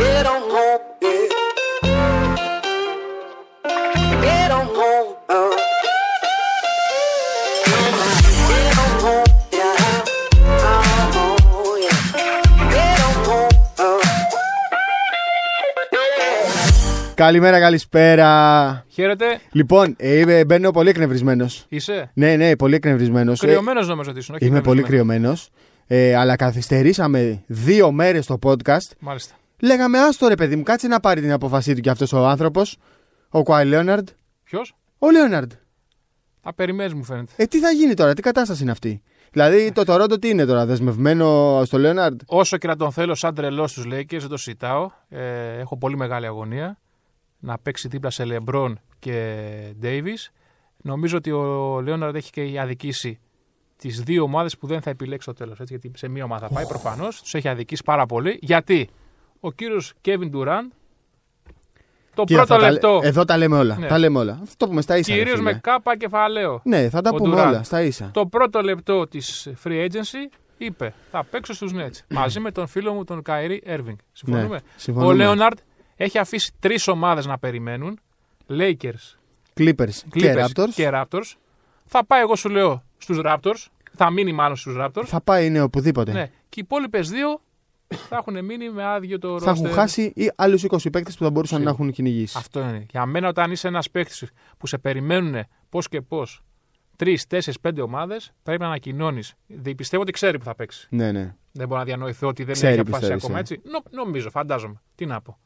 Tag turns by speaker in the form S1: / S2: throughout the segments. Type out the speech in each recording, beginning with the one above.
S1: Get on home, yeah. Get on home, uh. Get on home, yeah. Oh, yeah. Get on home, uh.
S2: Καλημέρα, καλησπέρα.
S3: Χαίρετε,
S2: Λοιπόν, ε, είμαι- μπαίνω πολύ εκνευρισμένος.
S3: είσαι.
S2: Ναι, ναι, πολύ εκνευρισμένος.
S3: Κρυωμένο νομίζω ότι ήσουν. όχι
S2: είμαι πολύ κρυωμένο.
S3: κρυωμένος.
S2: Ε, αλλά καθυστερήσαμε δύο μέρες το podcast.
S3: Μάλιστα.
S2: Λέγαμε, άστο ρε παιδί μου, κάτσε να πάρει την αποφασή του κι αυτός ο άνθρωπος. Ο Κουάι Λέοναρντ.
S3: Ποιος?
S2: Ο Λέοναρντ.
S3: Τα περιμένει μου φαίνεται.
S2: Ε, τι θα γίνει τώρα, τι κατάσταση είναι αυτή. Δηλαδή, το Τωρόντο τι είναι τώρα, δεσμευμένο στο Λέοναρντ.
S3: Όσο και να τον θέλω σαν τρελός στου Lakers, δεν το συζητάω. Ε, έχω πολύ μεγάλη αγωνία να παίξει δίπλα σε Λεμπρόν και Ντέιβις. Νομίζω ότι ο Λέοναρντ έχει και αδικήσει τις δύο ομάδες που δεν θα επιλέξει στο τέλος. Γιατί σε μία ομάδα θα πάει προφανώς, τους έχει αδικήσει πάρα πολύ. Γιατί ο κύριος Κέβιν Ντουράν το
S2: Κύριε, αυτά
S3: πρώτο
S2: τα λέ-
S3: λεπτό,
S2: Εδώ τα λέμε όλα.
S3: Ναι.
S2: Τα λέμε όλα. Αυτό που με στα ίσα. ρε
S3: κυρίως
S2: φίλε.
S3: με κάπα κεφαλαίο,
S2: Ναι, θα τα
S3: Ο
S2: πούμε
S3: Durant.
S2: όλα στα ίσα.
S3: το πρώτο λεπτό της free agency είπε θα παίξω στους Nets μαζί με τον φίλο μου τον Καϊρή Έρβινγκ. Συμφωνούμε.
S2: Ναι, συμφωνούμε.
S3: Ο Λέοναρντ έχει αφήσει τρεις ομάδες να περιμένουν. Lakers,
S2: Clippers και
S3: Clippers
S2: Raptors.
S3: και Raptors. Θα πάει εγώ σου λέω στους Raptors. Θα μείνει μάλλον στους Raptors.
S2: Θα πάει, είναι οπουδήποτε.
S3: Ναι. Και οι υπόλοιπες δύο θα έχουν μείνει με άδειο το
S2: Θα έχουν
S3: roster.
S2: χάσει ή άλλους 20 παίκτες που θα μπορούσαν να
S3: Σίγουρα.
S2: έχουν κυνηγήσει.
S3: Αυτό είναι. Για μένα, όταν είσαι ένας παίκτης που σε περιμένουν πώς και πώς τρεις, τέσσερις, πέντε ομάδες, πρέπει να ανακοινώνεις. Πιστεύω ότι ξέρει που θα παίξει.
S2: Ναι, ναι.
S3: Δεν μπορώ να διανοηθώ ότι δεν
S2: Ξέρει
S3: έχει
S2: που
S3: αποφασίσει
S2: θέλεις,
S3: ακόμα
S2: ε.
S3: έτσι. Νο- νομίζω, φαντάζομαι. Τι να πω.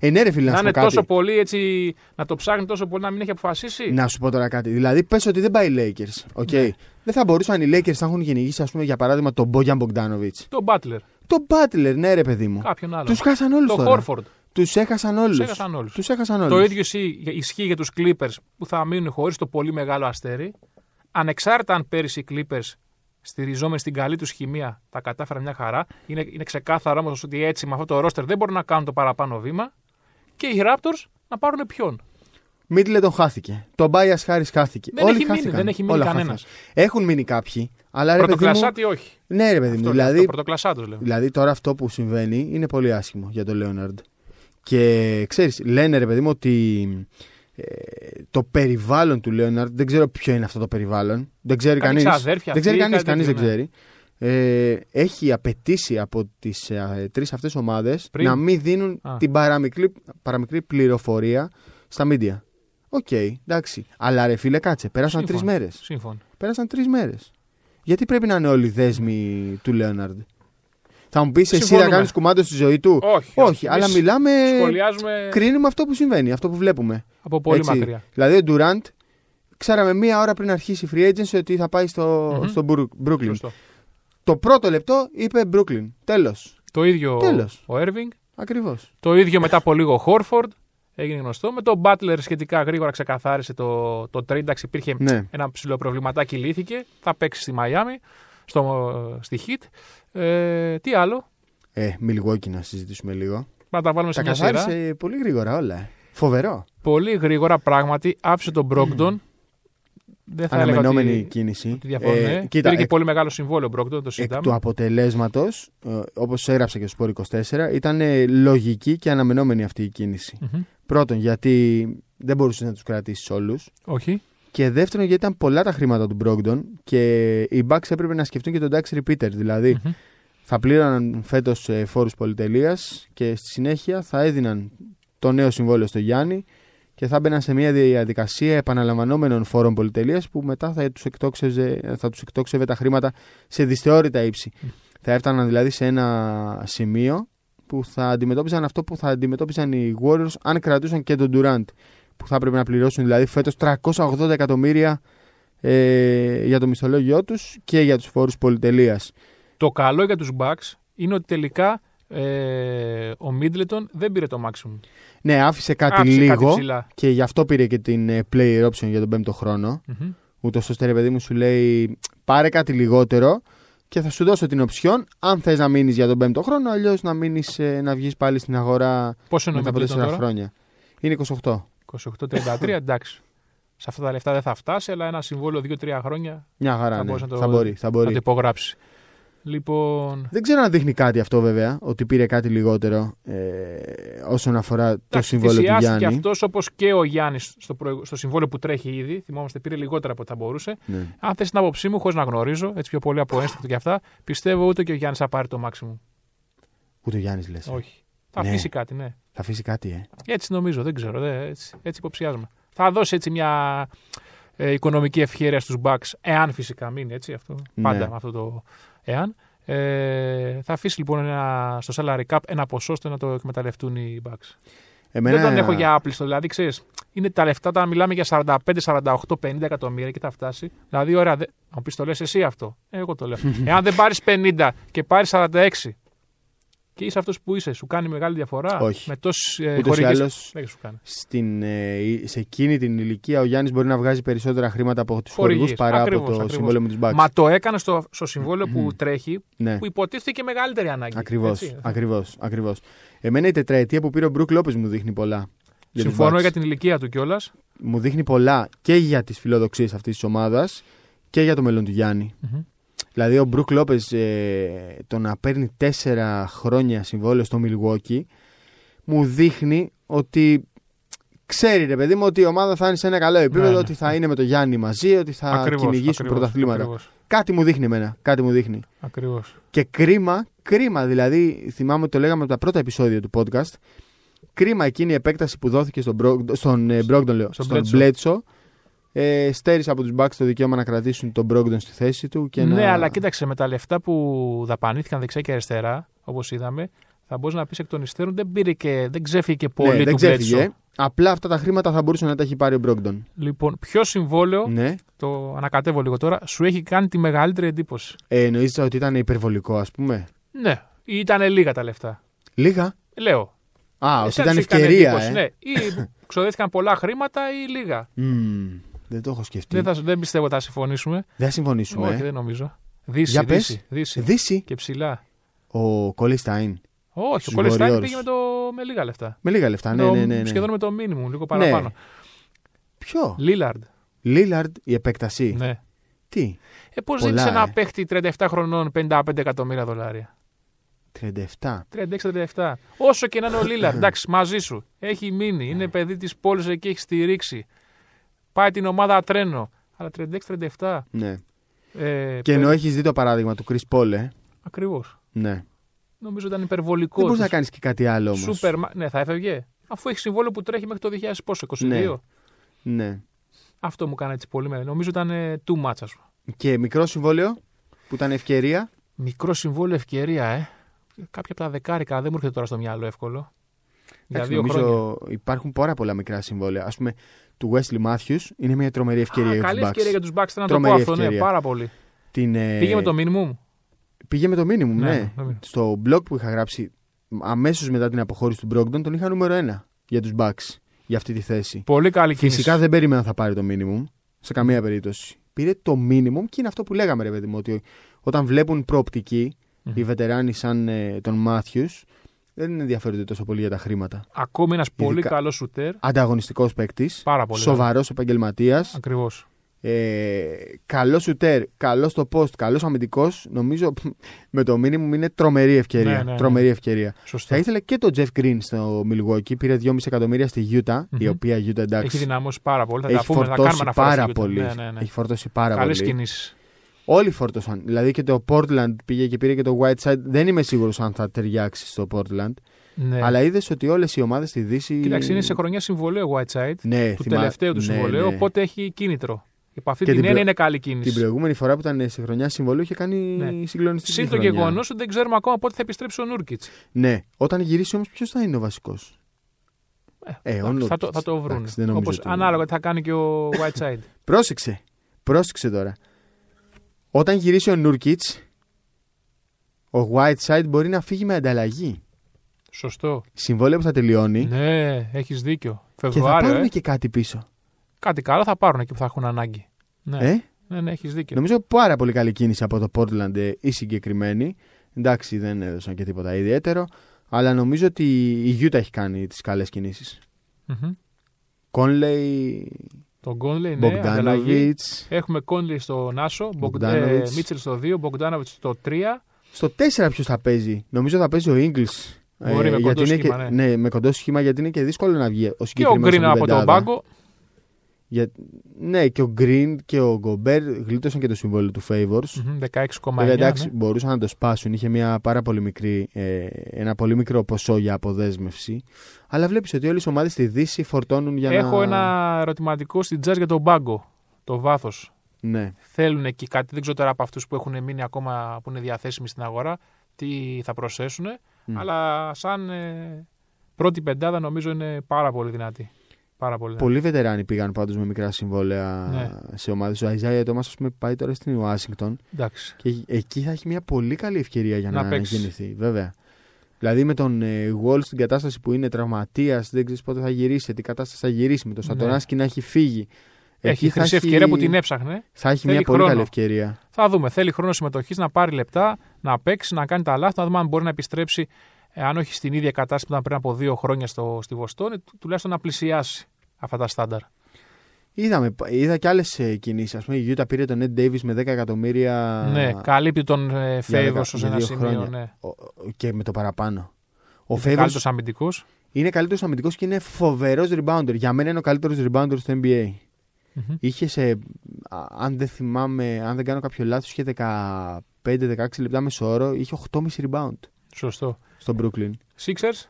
S2: Ε, ναι, ρε φίλε, να,
S3: Να,
S2: σου
S3: είναι
S2: πω κάτι.
S3: τόσο πολύ έτσι, να το ψάχνει τόσο πολύ να μην έχει αποφασίσει.
S2: Να σου πω τώρα κάτι. Δηλαδή, πες ότι δεν πάει οι Lakers. οκ.
S3: Ναι.
S2: Δεν θα μπορούσαν οι Lakers να έχουν κυνηγήσει, ας πούμε, για παράδειγμα, τον Bojan Bogdanovic.
S3: Τον Butler,
S2: Τον Butler, ναι, ρε παιδί μου.
S3: κάποιον άλλον.
S2: Τους χάσαν όλους
S3: τον
S2: τώρα.
S3: Horford.
S2: Τους έχασαν όλους.
S3: Τους έχασαν όλους.
S2: Τους έχασαν όλους.
S3: Το ίδιο ισχύει- ισχύει για τους Clippers που θα μείνουν χωρίς το πολύ μεγάλο αστέρι. Ανεξάρτητα αν πέρυσι οι Clippers στηριζόμενοι στην καλή τους χημεία τα κατάφεραν μια χαρά. Είναι, είναι ξεκάθαρο όμως ότι έτσι με αυτό το ρόστερ δεν μπορούν να κάνουν το παραπάνω βήμα. Και οι Raptors να πάρουν ποιον.
S2: Μίτλε τον χάθηκε. Το Μπάια Χάρη χάθηκε.
S3: Δεν
S2: Όλοι
S3: έχει μείνει,
S2: χάθηκαν.
S3: δεν έχει μείνει
S2: Όλα
S3: κανένας.
S2: χάθηκαν. Έχουν μείνει κάποιοι, αλλά ρε παιδί μου.
S3: Πρωτοκλασάτη όχι.
S2: Ναι, ρε παιδί μου.
S3: Αυτό,
S2: Δηλαδή,
S3: αυτό, πρωτοκλασάτος λέμε.
S2: Δηλαδή τώρα αυτό που συμβαίνει είναι πολύ άσχημο για τον Λέοναρντ. Και ξέρεις, λένε ρε παιδί μου ότι ε, το περιβάλλον του Λέοναρντ, δεν ξέρω ποιο είναι αυτό το περιβάλλον, δεν ξέρει
S3: Κάτι
S2: κανείς,
S3: ξαδέρφια
S2: δεν ξέρει
S3: αυτοί,
S2: κανείς, κανείς
S3: κάτι
S2: δεν
S3: τέτοιο, ναι.
S2: ξέρει. Ε, έχει απαιτήσει από τις ε, τρεις αυτές ομάδες
S3: Πριν.
S2: να μην δίνουν
S3: Α.
S2: την παραμικρή, παραμικρή πληροφορία στα μίντια. Οκ, εντάξει. Αλλά ρε φίλε, κάτσε. Πέρασαν τρει
S3: Σύμφωνο.
S2: μέρε.
S3: Σύμφωνο.
S2: Πέρασαν τρεις μέρες. Γιατί πρέπει να είναι όλοι οι δέσμοι του Λέοναρντ. Θα μου πεις εσύ να
S3: Συμφωνούμε.
S2: κάνεις κουμάντο στη ζωή του.
S3: Όχι, όχι.
S2: αλλά
S3: Εμείς
S2: μιλάμε.
S3: Σχολιάζουμε
S2: Κρίνουμε αυτό που συμβαίνει, αυτό που βλέπουμε.
S3: από πολύ
S2: Έτσι.
S3: μακριά.
S2: Δηλαδή, ο Ντουραντ, ξέραμε μία ώρα πριν αρχίσει η free agency ότι θα πάει στο,
S3: Μμμ.
S2: στο Μπρου- Brooklyn.
S3: Σωστό.
S2: Το πρώτο λεπτό είπε Brooklyn. Τέλος.
S3: Το ίδιο
S2: Τέλος.
S3: ο Έρβινγκ.
S2: Ακριβώς.
S3: Το ίδιο μετά από λίγο ο Χόρφορντ. Έγινε γνωστό. Με τον Μπάτλερ σχετικά γρήγορα ξεκαθάρισε το, το trade. Εντάξει, υπήρχε
S2: Ναι.
S3: ένα ψηλό προβληματάκι, λύθηκε. Θα παίξει στη Μαϊάμι, στο, στη Χιτ. Ε, τι άλλο,
S2: Ε, Milwaukee να συζητήσουμε λίγο.
S3: να τα βάλουμε
S2: Τα
S3: σε μια σειρά.
S2: καθάρισε πολύ γρήγορα όλα. ε. Φοβερό.
S3: Πολύ γρήγορα πράγματι άφησε τον Μπρόγκτον. Δεν Ε, θα έλεγα
S2: Mm. Αναμενόμενη
S3: ότι,
S2: κίνηση. Ε,
S3: ότι διαφωνώ, ναι.
S2: κοίτα,
S3: Πήρε και
S2: εκ-
S3: πολύ μεγάλο συμβόλαιο ο Μπρόγκτον, το
S2: Εκ
S3: συζητάμε.
S2: του αποτελέσματος, όπως έγραψε και ο Σπόρ 24, ήταν ε, λογική και αναμενόμενη αυτή η κίνηση.
S3: Μμμ.
S2: Πρώτον, γιατί δεν μπορούσες να τους κρατήσεις όλους.
S3: Όχι.
S2: Και δεύτερον, γιατί ήταν πολλά τα χρήματα του Brogdon και οι Bucks έπρεπε να σκεφτούν και τον Tax Repeater. Δηλαδή,
S3: Μμμ.
S2: θα πλήρωναν φέτος φόρους πολυτελείας και στη συνέχεια θα έδιναν το νέο συμβόλαιο στο Γιάννη και θα μπαίναν σε μια διαδικασία επαναλαμβανόμενων φόρων πολυτελείας που μετά θα τους εκτόξευε, θα τους εκτόξευε τα χρήματα σε δυσθεώρητα ύψη. Θα έφταναν δηλαδή σε ένα σημείο που θα αντιμετώπιζαν αυτό που θα αντιμετώπιζαν οι Warriors αν κρατούσαν και τον Durant που θα έπρεπε να πληρώσουν δηλαδή φέτος 380 εκατομμύρια ε, για το μισθολόγιο τους και για τους φόρους πολυτελείας.
S3: Το καλό για τους Bucks είναι ότι τελικά ε, ο Middleton δεν πήρε το maximum.
S2: Ναι, άφησε κάτι
S3: Άφησε
S2: λίγο
S3: Κάτι ψηλά.
S2: και γι' αυτό πήρε και την ε, player option για τον πέμπτο χρόνο.
S3: Μμμ.
S2: Ούτως ώστε ρε παιδί μου σου λέει πάρε κάτι λιγότερο και θα σου δώσω την οψιόν αν θες να μείνεις για τον πέμπτο χρόνο αλλιώς να, μείνεις, ε, να βγεις πάλι στην αγορά
S3: Πόσο είναι ο
S2: μετά από
S3: Middleton
S2: 4
S3: τώρα?
S2: χρόνια. Είναι 28.
S3: 28-33, εντάξει. Σε αυτά τα λεφτά δεν θα φτάσει, αλλά ένα συμβόλαιο 2-3 χρόνια
S2: Μια χαρά.
S3: Θα
S2: ναι.
S3: μπορούσε να το-
S2: Θα μπορεί, θα
S3: θα
S2: μπορεί.
S3: το υπογράψεις. Λοιπόν.
S2: Δεν ξέρω αν δείχνει κάτι αυτό βέβαια, ότι πήρε κάτι λιγότερο ε, όσον αφορά το
S3: εντάξει,
S2: συμβόλαιο του
S3: θυσιάστηκε
S2: Γιάννη.
S3: αυτός όπως και ο Γιάννης στο, προηγου- στο συμβόλαιο που τρέχει ήδη. Θυμόμαστε, πήρε λιγότερα από ό,τι θα μπορούσε.
S2: Ναι.
S3: Αν θες την άποψή μου, χωρίς να γνωρίζω, έτσι πιο πολύ από ένστικτο και αυτά, πιστεύω ούτε και ο Γιάννης θα πάρει το maximum.
S2: Ούτε ο Γιάννης λες. Θα
S3: Όχι. Θα
S2: Ναι.
S3: αφήσει κάτι, ναι.
S2: αφήσει κάτι, ε.
S3: Έτσι νομίζω, δεν ξέρω. Δε, έτσι, έτσι υποψιάζομαι. Θα δώσει έτσι μια ε, οικονομική ευχαίρεια στους Bucks, εάν φυσικά μείνει έτσι αυτό.
S2: Ναι.
S3: Πάντα με αυτό το εάν. Ε, θα αφήσει λοιπόν ένα, στο salary cap ένα ποσό ώστε να το εκμεταλλευτούν οι Bucks.
S2: Εμένα...
S3: Δεν τον έχω για άπλιστο. Δηλαδή, ξέρεις, είναι τα λεφτά όταν μιλάμε για 45, 48, 50 εκατομμύρια και θα φτάσει. Δηλαδή, ωραία, δε... μου πεις το λες εσύ αυτό. Ε, Εγώ το λέω. Εάν δεν πάρεις 50 και πάρεις 46 και είσαι αυτός που είσαι, σου κάνει μεγάλη διαφορά.
S2: Όχι.
S3: Με τόσε ε,
S2: Ούτως ή
S3: χορηγίες-
S2: άλλως,
S3: Δεν σου κάνει.
S2: στην, ε, σε εκείνη την ηλικία ο Γιάννης μπορεί να βγάζει περισσότερα χρήματα από τους
S3: Χορηγίες.
S2: χορηγού παρά
S3: Ακριβώς,
S2: από το
S3: ακριβώς.
S2: συμβόλαιο με τους Bucks.
S3: Μα το έκανε στο, στο συμβόλαιο που τρέχει,
S2: Ναι.
S3: που υποτίθεται και μεγαλύτερη ανάγκη.
S2: Ακριβώς.
S3: έτσι.
S2: Ακριβώς, ακριβώς. Εμένα η τετραετία που πήρε ο Μπρουκ Λόπες μου δείχνει πολλά. για τους
S3: Συμφωνώ
S2: Bucks.
S3: για την ηλικία του κιόλας.
S2: Μου δείχνει πολλά και για τις φιλοδοξίες αυτής της ομάδας και για το μέλλον του Γιάννη. Δηλαδή, ο Μπρουκ Λόπες το να παίρνει τέσσερα χρόνια συμβόλαιο στο Milwaukee μου δείχνει ότι ξέρει ρε παιδί μου ότι η ομάδα θα είναι σε ένα καλό επίπεδο,
S3: Ναι, ναι.
S2: ότι θα είναι με το Γιάννη μαζί, ότι θα κυνηγήσουν πρωταθλήματα. Κάτι μου δείχνει εμένα, κάτι μου δείχνει.
S3: Ακριβώς.
S2: Και κρίμα, κρίμα δηλαδή, θυμάμαι ότι το λέγαμε από τα πρώτα επεισόδια του podcast. Κρίμα εκείνη η επέκταση που δόθηκε στον, Μπρο, στον ε, Brogdon, λέω,
S3: Στον
S2: στον
S3: Bledsoe.
S2: Μπλέτσο. Ε, στέρισε από τους Bucks το δικαίωμα να κρατήσουν τον Brogdon στη θέση του. Και
S3: ναι,
S2: να...
S3: αλλά κοίταξε με τα λεφτά που δαπανήθηκαν δεξιά και αριστερά, όπως είδαμε, θα μπορούσε να πεις εκ των υστέρων δεν πήρε και δεν ξέφυγε και
S2: Ναι,
S3: πολύ
S2: δεν
S3: του
S2: ξέφυγε.
S3: Μπλέτσο.
S2: Απλά αυτά τα χρήματα θα μπορούσε να τα έχει πάρει ο Brogdon.
S3: Λοιπόν, ποιο συμβόλαιο,
S2: Ναι.
S3: το ανακατεύω λίγο τώρα, σου έχει κάνει τη μεγαλύτερη εντύπωση.
S2: Ε, εννοείς ότι ήταν υπερβολικό, ας πούμε.
S3: Ναι, ήταν λίγα τα λεφτά.
S2: Λίγα.
S3: Λέω.
S2: Α, ότι
S3: εσένα
S2: ήταν
S3: σου έχει κάνει
S2: ευκαιρία.
S3: Ε, εντύπωση,
S2: Ε.
S3: Ναι, ή ξοδεύτηκαν πολλά χρήματα ή λίγα.
S2: Μμμ, δεν το έχω σκεφτεί.
S3: Δεν,
S2: Δεν θα,
S3: θα, δεν πιστεύω ότι θα συμφωνήσουμε.
S2: συμφωνήσουμε.
S3: Όχι,
S2: ε.
S3: δεν νομίζω. Δύση,
S2: Για πες.
S3: δύση, δύση.
S2: Δύση,
S3: Και ψηλά.
S2: ο Κολιστάιν.
S3: Όχι,
S2: Στους
S3: ο Κολεστάιν
S2: Warriors.
S3: πήγε με, το, με λίγα λεφτά.
S2: Με λίγα λεφτά. Ναι,
S3: Το-
S2: ναι, ναι, ναι.
S3: Σχεδόν με το μήνυμο, λίγο παραπάνω.
S2: Ποιο?
S3: Λίλαρντ.
S2: Λίλαρντ η επέκταση.
S3: Ναι.
S2: Τι,
S3: Ε, πώς
S2: Πολλά,
S3: δίνει ένα
S2: ε.
S3: παίχτη 37 χρονών 55 εκατομμύρια δολάρια.
S2: 37.
S3: 36-37. Όσο και να είναι ο Λίλαρντ, εντάξει, μαζί σου. Έχει μείνει, είναι παιδί της πόλης εκεί, έχει στηρίξει. Πάει την ομάδα τρένο. Αλλά 36-37.
S2: Ναι.
S3: Ε,
S2: Και ενώ έχεις δει το παράδειγμα του Chris Paul, ε.
S3: Ακριβώς.
S2: Ναι.
S3: Νομίζω ήταν υπερβολικό.
S2: Δεν μπορείς
S3: της.
S2: να κάνεις και κάτι άλλο όμως.
S3: Σούπερ, μα- ναι, θα έφευγε. Αφού έχει συμβόλαιο που τρέχει μέχρι το 2000, πόσο, 22.
S2: Ναι. Ναι.
S3: Αυτό μου κάνει έτσι πολύ μεγάλο. Νομίζω ήταν ε, too much, ας πούμε.
S2: Και μικρό συμβόλαιο που ήταν ευκαιρία.
S3: Μικρό συμβόλαιο ευκαιρία, ε. Κάποια από τα δεκάρικα δεν μου έρχεται τώρα στο μυαλό εύκολο. Για
S2: Εντάξει,
S3: δύο
S2: νομίζω
S3: χρόνια.
S2: υπάρχουν πάρα πολλά μικρά συμβόλαια. Ας πούμε, του Wesley Matthews είναι μια τρομερή ευκαιρία
S3: Α,
S2: για
S3: καλή
S2: τους Bucks.
S3: ευκαιρία για τους Bucks. Θέλω να το πω
S2: Τρομερή
S3: αυτό, ναι,
S2: ευκαιρία.
S3: πάρα πολύ.
S2: Την, ε,
S3: Πήγε με το minimum.
S2: πήγε με το minimum,
S3: Ναι,
S2: ναι.
S3: το minimum.
S2: Στο blog που είχα γράψει αμέσως μετά την αποχώρηση του Brogdon τον είχα νούμερο 1 για τους Bucks για αυτή τη θέση.
S3: Πολύ καλή κίνηση.
S2: Φυσικά δεν περίμενα θα πάρει το minimum σε καμία περίπτωση. Πήρε το minimum και είναι αυτό που λέγαμε, ρε παιδί μου, ότι όταν βλέπουν προοπτική οι βετεράνοι σαν ε, τον Μάθιου, δεν ενδιαφέρονται τόσο πολύ για τα χρήματα.
S3: Ακόμη ένας πολύ
S2: Ειδικά-
S3: καλός σουτέρ.
S2: Ανταγωνιστικός παίκτης,
S3: Πάρα πολύ. ναι.
S2: σοβαρό επαγγελματίας,
S3: Ακριβώς.
S2: ε, καλός σουτέρ, καλός στο post, καλός αμυντικός. Νομίζω π, με το minimum είναι τρομερή ευκαιρία.
S3: Ναι, ναι, ναι.
S2: τρομερή ευκαιρία.
S3: Σωστό.
S2: Θα ήθελα και τον Jeff Green στο Milwaukee. Πήρε 2,5 εκατομμύρια στη Utah, η
S3: Μμμ.
S2: οποία Utah εντάξει.
S3: Έχει δυναμώσει πάρα πολύ. Θα τα
S2: έχει
S3: πούμε, θα κάνουμε
S2: φορτώσει
S3: αναφορά.
S2: πάρα
S3: στη Utah.
S2: πολύ.
S3: Ναι, ναι, ναι.
S2: Έχει φορτώσει πάρα
S3: Καλές
S2: πολύ.
S3: κινήσεις.
S2: Όλοι φόρτωσαν. Δηλαδή και το Portland πήγε και πήρε και το Whiteside. Δεν είμαι σίγουρος αν θα ταιριάξει στο Portland.
S3: Ναι.
S2: Αλλά είδες ότι όλες οι ομάδες στη Δύση.
S3: Κοίταξε, είναι σε χρονιά συμβολέου ο Whiteside.
S2: ναι,
S3: του
S2: θυμά-
S3: τελευταίου του
S2: ναι,
S3: συμβολέου,
S2: ναι.
S3: οπότε έχει κίνητρο. Υπό αυτή
S2: Και
S3: την
S2: την
S3: έννοια
S2: προ-
S3: είναι καλή
S2: Την
S3: κίνηση.
S2: προηγούμενη φορά που ήταν σε χρονιά συμβολίου είχε κάνει
S3: Ναι.
S2: συγκλονιστική.
S3: Συν το
S2: χρονιά.
S3: γεγονός ότι δεν ξέρουμε ακόμα πότε θα επιστρέψει ο Νούρκιτ.
S2: Ναι. Όταν γυρίσει όμως, ποιος θα είναι ο βασικός. Ε, ο
S3: θα, το,
S2: Nurkic.
S3: θα το βρουν.
S2: Εντάξει, δεν νομίζω
S3: Όπως
S2: ότι-
S3: ανάλογα τι θα κάνει και ο Whiteside.
S2: Πρόσεξε. Πρόσεξε τώρα. Όταν γυρίσει ο Νούρκιτ, ο Whiteside μπορεί να φύγει με ανταλλαγή.
S3: Σωστό.
S2: Συμβόλαιο που θα τελειώνει
S3: Ναι, έχεις δίκιο.
S2: Ε? και θα
S3: Φεβρουάριο.
S2: πάρουν
S3: ε.
S2: και κάτι πίσω.
S3: Κάτι καλό θα πάρουν εκεί που θα έχουν ανάγκη. Ναι,
S2: Ε?
S3: ναι, ναι έχεις δίκιο.
S2: Νομίζω πάρα πολύ καλή κίνηση από το Portland ε, η συγκεκριμένη. Εντάξει, δεν έδωσαν και τίποτα ιδιαίτερο. Αλλά νομίζω ότι η Utah έχει κάνει τις καλές κινήσεις. Ναι.
S3: Μμμ.
S2: Κόνλεϊ,
S3: Τον Κόνλεϊ, ναι, ανταλλαγή.
S2: Μπογκδάνοβιτ.
S3: Έχουμε Κόνλεϊ στο Νάσο,
S2: Bogdanovic.
S3: Μίτσελ στο 2, Μπογκδάνοβιτ στο 3,
S2: Στο 4 ποιος θα παίζει. Νομίζω θα παίζει ο Ίγκλ.
S3: Μπορεί, με κοντό σχήμα,
S2: και,
S3: ναι.
S2: με κοντό σχήμα γιατί είναι και δύσκολο να βγει ο
S3: Και ο
S2: συγκεκριμένος.
S3: Γκρίν από τον πάγκο.
S2: Για... Ναι, και ο Γκριν και ο Γκομπέρ γλίτωσαν και το συμβόλαιο του Favors.
S3: Μμμ, 16,9.
S2: Βέβαια, εντάξει,
S3: ναι.
S2: μπορούσαν να το σπάσουν. Είχε μια πάρα πολύ μικρή, ε, ένα πολύ μικρό ποσό για αποδέσμευση. Αλλά βλέπεις ότι όλες οι ομάδες στη Δύση φορτώνουν για να.
S3: Έχω ένα ερωτηματικό στην Jazz για τον πάγκο. Το βάθος.
S2: Ναι.
S3: Θέλουν εκεί κάτι. Δεν ξέρω τώρα από αυτούς που έχουν μείνει ακόμα που είναι διαθέσιμοι στην αγορά τι θα προσθέσουν. Αλλά σαν ε, πρώτη πεντάδα νομίζω είναι πάρα πολύ δυνατή. Πάρα πολύ. δυνατή.
S2: Πολλοί βετεράνοι πήγαν πάντως με μικρά συμβόλαια
S3: Ναι.
S2: σε ομάδες. Ο Αϊζάια Τόμα, ας πούμε, πάει τώρα στην Ουάσιγκτον
S3: Εντάξει.
S2: και εκεί θα έχει μια πολύ καλή ευκαιρία για
S3: Να
S2: να,
S3: παίξει.
S2: γεννηθεί. Βέβαια. Δηλαδή με τον ε, Wall στην κατάσταση που είναι τραυματίας, δεν ξέρεις πότε θα γυρίσει, σε τι κατάσταση θα γυρίσει, με τον
S3: Ναι.
S2: Σατονάσκι να έχει φύγει.
S3: Έχει
S2: Εκεί θα
S3: χρυσή
S2: έχει-
S3: ευκαιρία που την έψαχνε.
S2: Θα έχει
S3: Θέλει
S2: μια πολύ
S3: χρόνο.
S2: καλή ευκαιρία.
S3: Θα δούμε. Θέλει χρόνο συμμετοχής να πάρει λεπτά, να παίξει, να κάνει τα λάθη, να δούμε αν μπορεί να επιστρέψει, ε, αν όχι στην ίδια κατάσταση που ήταν πριν από δύο χρόνια στο, στη Βοστόνη, του- τουλάχιστον να πλησιάσει αυτά τα στάνταρ.
S2: Είδαμε, είδα και άλλε κινήσεις. Ας πούμε, η Utah πήρε τον Ed Davis με 10 εκατομμύρια.
S3: ναι, καλύπτει τον ε, Favors
S2: δεκα-
S3: ως
S2: για
S3: ένα
S2: δύο
S3: σημείο.
S2: χρόνια.
S3: Ναι.
S2: Ο- ο- και με το παραπάνω. Ο Favors
S3: Καλύτερος αμυντικός.
S2: είναι καλύτερος αμυντικός και είναι φοβερός rebounder. Για μένα είναι ο καλύτερος rebounder στο NBA.
S3: Μμμ.
S2: Είχε σε, ε, α- αν δεν θυμάμαι, αν δεν κάνω κάποιο λάθος, είχε 15-16 λεπτά μεσόωρο, είχε 8,5 rebound
S3: Σωστό.
S2: στο Brooklyn.
S3: Sixers.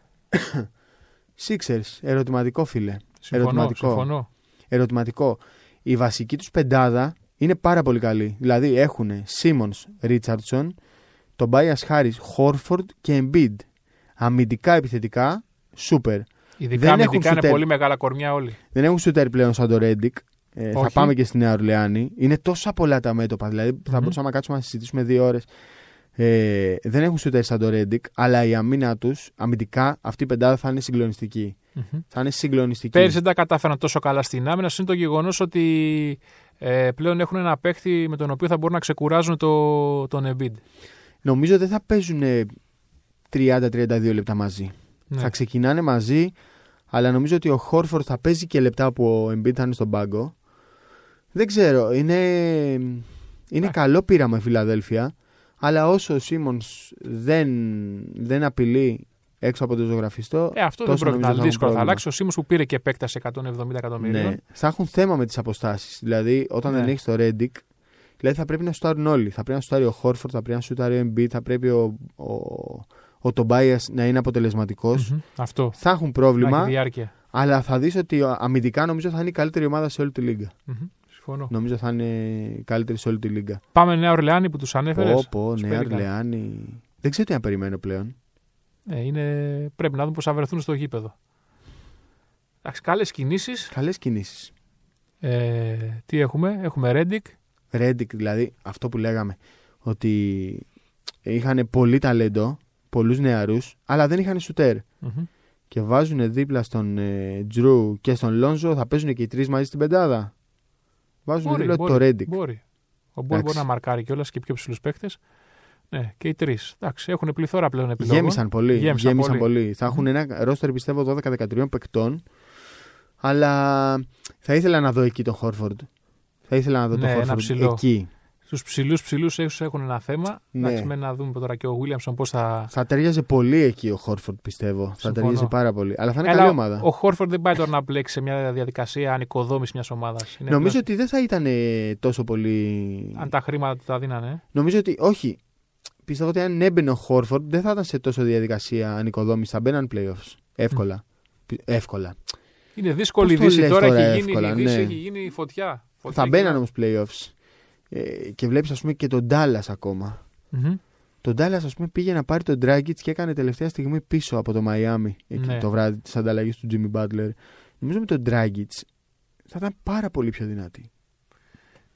S2: Sixers, ερωτηματικό φίλε.
S3: Συμφωνώ.
S2: Ερωτηματικό.
S3: συμφωνώ.
S2: ερωτηματικό. Η βασική τους πεντάδα είναι πάρα πολύ καλή. Δηλαδή έχουν Σίμονς, Ρίτσαρτσον, τον Μπάιας Χάρης, Χόρφορντ και Embiid. Αμυντικά επιθετικά, σούπερ.
S3: Ειδικά
S2: Δεν έχουν
S3: αμυντικά είναι
S2: σουτέρ.
S3: πολύ μεγάλα κορμιά όλοι.
S2: Δεν έχουν σούτερ πλέον σαν το Ρέντικ. Ε, θα
S3: Όχι.
S2: πάμε και στη Νέα Ορλεάνη. Είναι τόσα πολλά τα μέτωπα. Δηλαδή θα
S3: Μμμ.
S2: μπορούσαμε να κάτσουμε να συζητήσουμε δύο ώρες. Ε, δεν έχουν σούτερ σαν το Ρέντικ, αλλά η αμήνα τους, αμυντικά, αυτή η πεντάδα θα είναι συγκλονιστική.
S3: Μμμ.
S2: Θα είναι συγκλονιστική.
S3: Πέρυσι δεν τα κατάφεραν τόσο καλά στην άμυνα. Είναι το γεγονός ότι ε, πλέον έχουν ένα παίχτη με τον οποίο θα μπορούν να ξεκουράζουν το, τον Embiid.
S2: Νομίζω δεν θα παίζουν 30-32 λεπτά μαζί.
S3: Ναι.
S2: Θα ξεκινάνε μαζί, αλλά νομίζω ότι ο Χόρφορντ θα παίζει και λεπτά που ο Embiid θα είναι στον πάγκο. Δεν ξέρω, είναι, είναι
S3: Ναι.
S2: καλό πείραμα η Φιλαδέλφια, αλλά όσο ο Σίμονς δεν, δεν απειλεί έξω από το ζωγραφιστό,
S3: Ε, αυτό δεν
S2: τόσο
S3: πρόκειται
S2: νομίζω
S3: να
S2: θα
S3: δύσκολο.
S2: έχουν
S3: Θα
S2: πρόβλημα.
S3: αλλάξει ο Σίμω που πήρε και επέκταση 170 εκατομμυρίων.
S2: ναι, θα έχουν θέμα με τις αποστάσεις. Δηλαδή, όταν
S3: Ναι.
S2: δεν έχεις το Ρέντικ, δηλαδή θα πρέπει να σουτάρουν όλοι. Θα πρέπει να σουτάρει ο Χόρφορντ, θα πρέπει να σουτάρει ο Embiid, θα πρέπει ο, ο, ο Τομπάιας να είναι αποτελεσματικός.
S3: Μμμ. Αυτό.
S2: Θα έχουν
S3: Να έχει
S2: πρόβλημα,
S3: διάρκεια.
S2: αλλά θα δεις ότι αμυντικά νομίζω θα είναι η καλύτερη ομάδα σε όλη τη λίγα.
S3: Μμμ. Συμφωνώ.
S2: Νομίζω θα είναι η καλύτερη σε όλη τη λίγα.
S3: Πάμε Νέα Ορλεάνη που τους ανέφερες.
S2: Πω, πω, Νέα
S3: περίεργα.
S2: Ορλεάνη. Δεν ξέρω τι να περιμένω πλέον.
S3: Ε, είναι... Πρέπει να δούμε πώς θα βρεθούν στο γήπεδο. Εντάξει, καλές κινήσεις.
S2: Καλές κινήσεις.
S3: Ε, τι έχουμε, έχουμε Ρέντικ.
S2: Ρέντικ, δηλαδή, αυτό που λέγαμε. Ότι είχαν πολύ ταλέντο, πολλούς νεαρούς, αλλά δεν είχαν σουτέρ.
S3: Μμμ.
S2: Και βάζουν δίπλα στον ε, Τζρου και στον Λόνζο, θα παίζουν και οι τρεις μαζί στην πεντάδα. Βάζουν
S3: Μπορεί,
S2: δίπλα
S3: μπορεί,
S2: το Ρέντικ.
S3: Μπορεί. Ο Μπολ
S2: Εντάξει.
S3: μπορεί να μαρκάρει κιόλας και πιο ψηλούς παίχτε. Ναι, και οι τρεις. Εντάξει, έχουν πληθώρα πλέον επιλογών.
S2: Γέμισαν πολύ.
S3: Γέμισαν
S2: Γέμισαν,
S3: πολύ.
S2: πολύ. Θα έχουν ένα ρόστερ πιστεύω 12-13 παικτών. Αλλά θα ήθελα να δω εκεί τον Χόρφορντ. Θα ήθελα να δω
S3: Ναι, ένα
S2: τον Χόρφορντ
S3: ψηλό.
S2: εκεί.
S3: Στου ψηλούς ψηλούς έχουν ένα θέμα.
S2: Ναι.
S3: Εντάξει, μένει να δούμε τώρα και ο Βίλιαμσον πώς θα.
S2: Θα ταιριάζει πολύ εκεί ο Χόρφορντ πιστεύω. Θα
S3: Συμφωνώ.
S2: ταιριάζει πάρα πολύ. Αλλά θα είναι
S3: Έλα,
S2: καλή ομάδα.
S3: Ο Χόρφορντ δεν πάει τώρα να μπλέξει σε μια διαδικασία ανοικοδόμησης μιας ομάδας.
S2: Νομίζω ότι δεν θα ήταν ε, τόσο πολύ.
S3: ναι, Αν τα χρήματα του τα δίνανε. ε.
S2: Νομίζω ότι όχι. Πιστεύω ότι αν έμπαινε ο Χόρφορντ δεν θα ήταν σε τόσο διαδικασία ανοικοδόμησης. Θα μπαίναν playoffs. Εύκολα. Πι- Εύκολα.
S3: Είναι δύσκολη η
S2: Πώς το
S3: δύση
S2: λες
S3: τώρα.
S2: τώρα
S3: Έχει γίνει,
S2: εύκολα,
S3: η δύση,
S2: ναι.
S3: έχει γίνει φωτιά. φωτιά
S2: Θα μπαίναν
S3: και-
S2: όμως playoffs. Ε, και βλέπεις, ας πούμε, και τον Ντάλλας ακόμα.
S3: Μμμ.
S2: Τον Ντάλλας, ας πούμε, πήγε να πάρει τον Ντράγκητ και έκανε τελευταία στιγμή πίσω από το Μαϊάμι εκεί
S3: Ναι.
S2: το βράδυ της ανταλλαγής του Τζίμι Μπάτλερ. Νομίζω με τον Ντράγκητ θα ήταν πάρα πολύ πιο δυνατή.